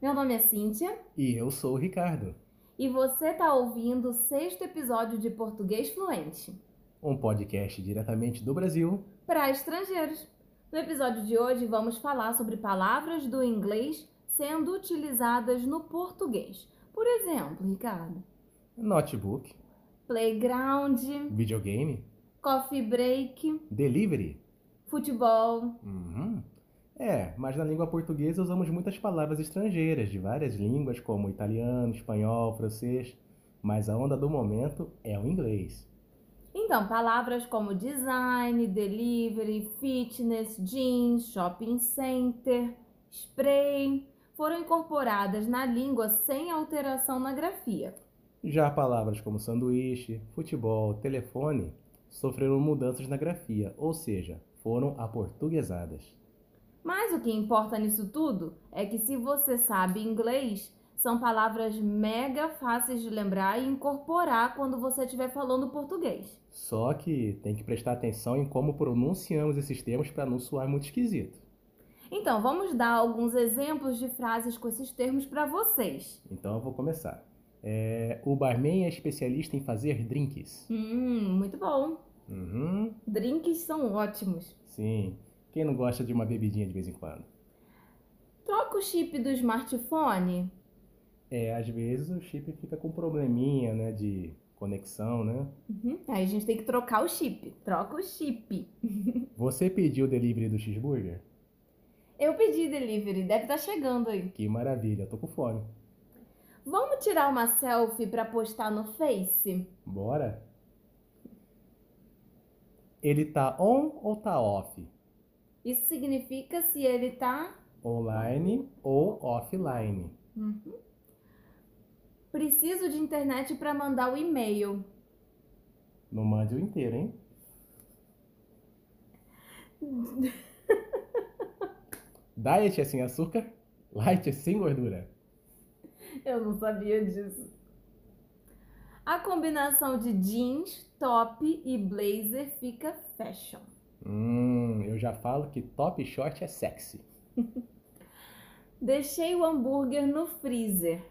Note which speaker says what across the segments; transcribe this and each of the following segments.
Speaker 1: Meu nome é Cíntia
Speaker 2: E eu sou o Ricardo,
Speaker 1: e você está ouvindo o sexto episódio de Português Fluente
Speaker 2: um podcast diretamente do Brasil.
Speaker 1: para estrangeiros. No episódio de hoje, vamos falar sobre palavras do inglês sendo utilizadas no português. Por exemplo, Ricardo,
Speaker 2: Notebook,
Speaker 1: playground,
Speaker 2: videogame,
Speaker 1: coffee break,
Speaker 2: delivery.
Speaker 1: futebol.
Speaker 2: Uhum. É, mas na língua portuguesa usamos muitas palavras estrangeiras de várias línguas, como italiano, espanhol, francês. Mas a onda do momento é o inglês.
Speaker 1: Então, palavras como design, delivery, fitness, jeans, shopping center, spray foram incorporadas na língua sem alteração na grafia.
Speaker 2: Já palavras como sanduíche, futebol, telefone sofreram mudanças na grafia, ou seja, foram aportuguesadas.
Speaker 1: Mas o que importa nisso tudo é que se você sabe inglês, são palavras mega fáceis de lembrar e incorporar quando você estiver falando português.
Speaker 2: Só que tem que prestar atenção em como pronunciamos esses termos para não soar muito esquisito.
Speaker 1: Então, vamos dar alguns exemplos de frases com esses termos para vocês.
Speaker 2: Então eu vou começar. É, o barman é especialista em fazer drinks.
Speaker 1: Hum, muito bom.
Speaker 2: Uhum,
Speaker 1: Drinks são ótimos.
Speaker 2: sim. Quem não gosta de uma bebidinha de vez em quando?
Speaker 1: Troca o chip do smartphone.
Speaker 2: É, às vezes o chip fica com probleminha, né, de conexão, né?
Speaker 1: Uhum. Aí a gente tem que trocar o chip. Troca o chip.
Speaker 2: Você pediu o delivery do cheeseburger?
Speaker 1: Eu pedi delivery, deve estar chegando aí.
Speaker 2: Que maravilha, eu tô com fome.
Speaker 1: Vamos tirar uma selfie para postar no Face?
Speaker 2: Bora? Ele tá on ou tá off?
Speaker 1: Isso significa se ele tá.
Speaker 2: Online ou offline?
Speaker 1: Preciso de internet para mandar o e-mail.
Speaker 2: Não mande o inteiro, hein? Diet é sem açúcar, light é sem gordura.
Speaker 1: Eu não sabia disso. A combinação de jeans, top e blazer fica fashion.
Speaker 2: Hum, eu já falo que top short é sexy.
Speaker 1: Deixei o hambúrguer no freezer.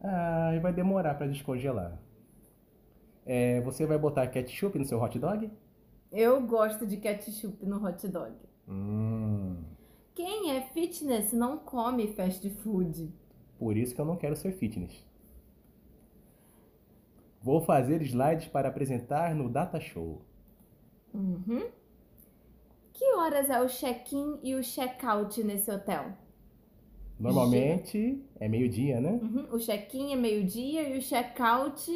Speaker 2: Ah, e vai demorar pra descongelar. É, você vai botar ketchup no seu hot dog?
Speaker 1: Eu gosto de ketchup no hot dog.
Speaker 2: Hum,
Speaker 1: Quem é fitness não come fast food.
Speaker 2: por isso que eu não quero ser fitness. Vou fazer slides para apresentar no Data Show.
Speaker 1: Uhum. Que horas é o check-in e o check-out nesse hotel?
Speaker 2: Normalmente é meio-dia, né?
Speaker 1: Uhum, O check-in é meio-dia e o check-out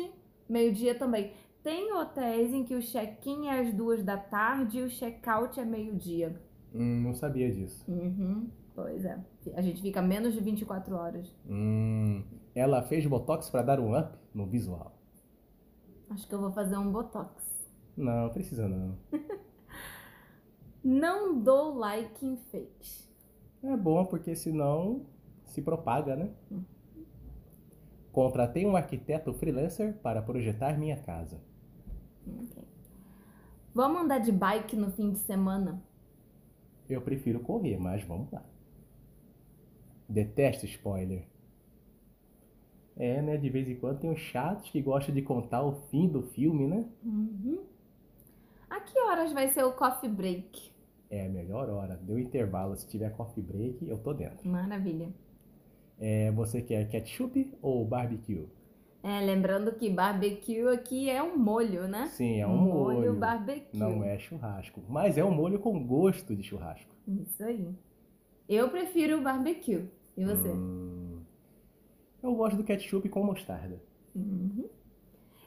Speaker 1: meio-dia também. Tem hotéis em que o check-in é às duas da tarde e o check-out é meio-dia.
Speaker 2: Hum, não sabia disso.
Speaker 1: Uhum, Pois é. A gente fica menos de 24 horas.
Speaker 2: Hum, ela fez botox pra dar um up no visual.
Speaker 1: Acho que eu vou fazer um botox.
Speaker 2: Não, precisa não.
Speaker 1: Não dou like em fakes.
Speaker 2: É bom porque senão se propaga, né? Contratei um arquiteto freelancer para projetar minha casa.
Speaker 1: Ok. Vamos andar de bike no fim de semana?
Speaker 2: Eu prefiro correr, mas vamos lá. Detesto spoiler. É, né? De vez em quando tem uns chatos que gostam de contar o fim do filme, né?
Speaker 1: Uhum. A que horas vai ser o coffee break?
Speaker 2: É a melhor hora. Deu intervalo. Se tiver coffee break, eu tô dentro.
Speaker 1: Maravilha.
Speaker 2: É, você quer ketchup ou barbecue?
Speaker 1: É, lembrando que barbecue aqui é um molho, né?
Speaker 2: Sim, é um
Speaker 1: molho,
Speaker 2: molho.
Speaker 1: barbecue.
Speaker 2: Não é churrasco, mas é um molho com gosto de churrasco.
Speaker 1: Isso aí. Eu prefiro o barbecue. E você?
Speaker 2: Hum. eu gosto do ketchup com mostarda.
Speaker 1: Uhum.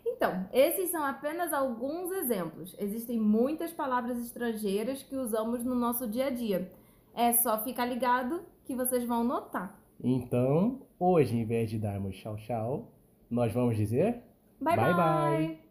Speaker 1: Então, esses são apenas alguns exemplos. Existem muitas palavras estrangeiras que usamos no nosso dia a dia. É só ficar ligado que vocês vão notar.
Speaker 2: Então, hoje, em vez de darmos tchau tchau, nós vamos dizer
Speaker 1: Bye bye!
Speaker 2: Bye, bye.
Speaker 1: bye.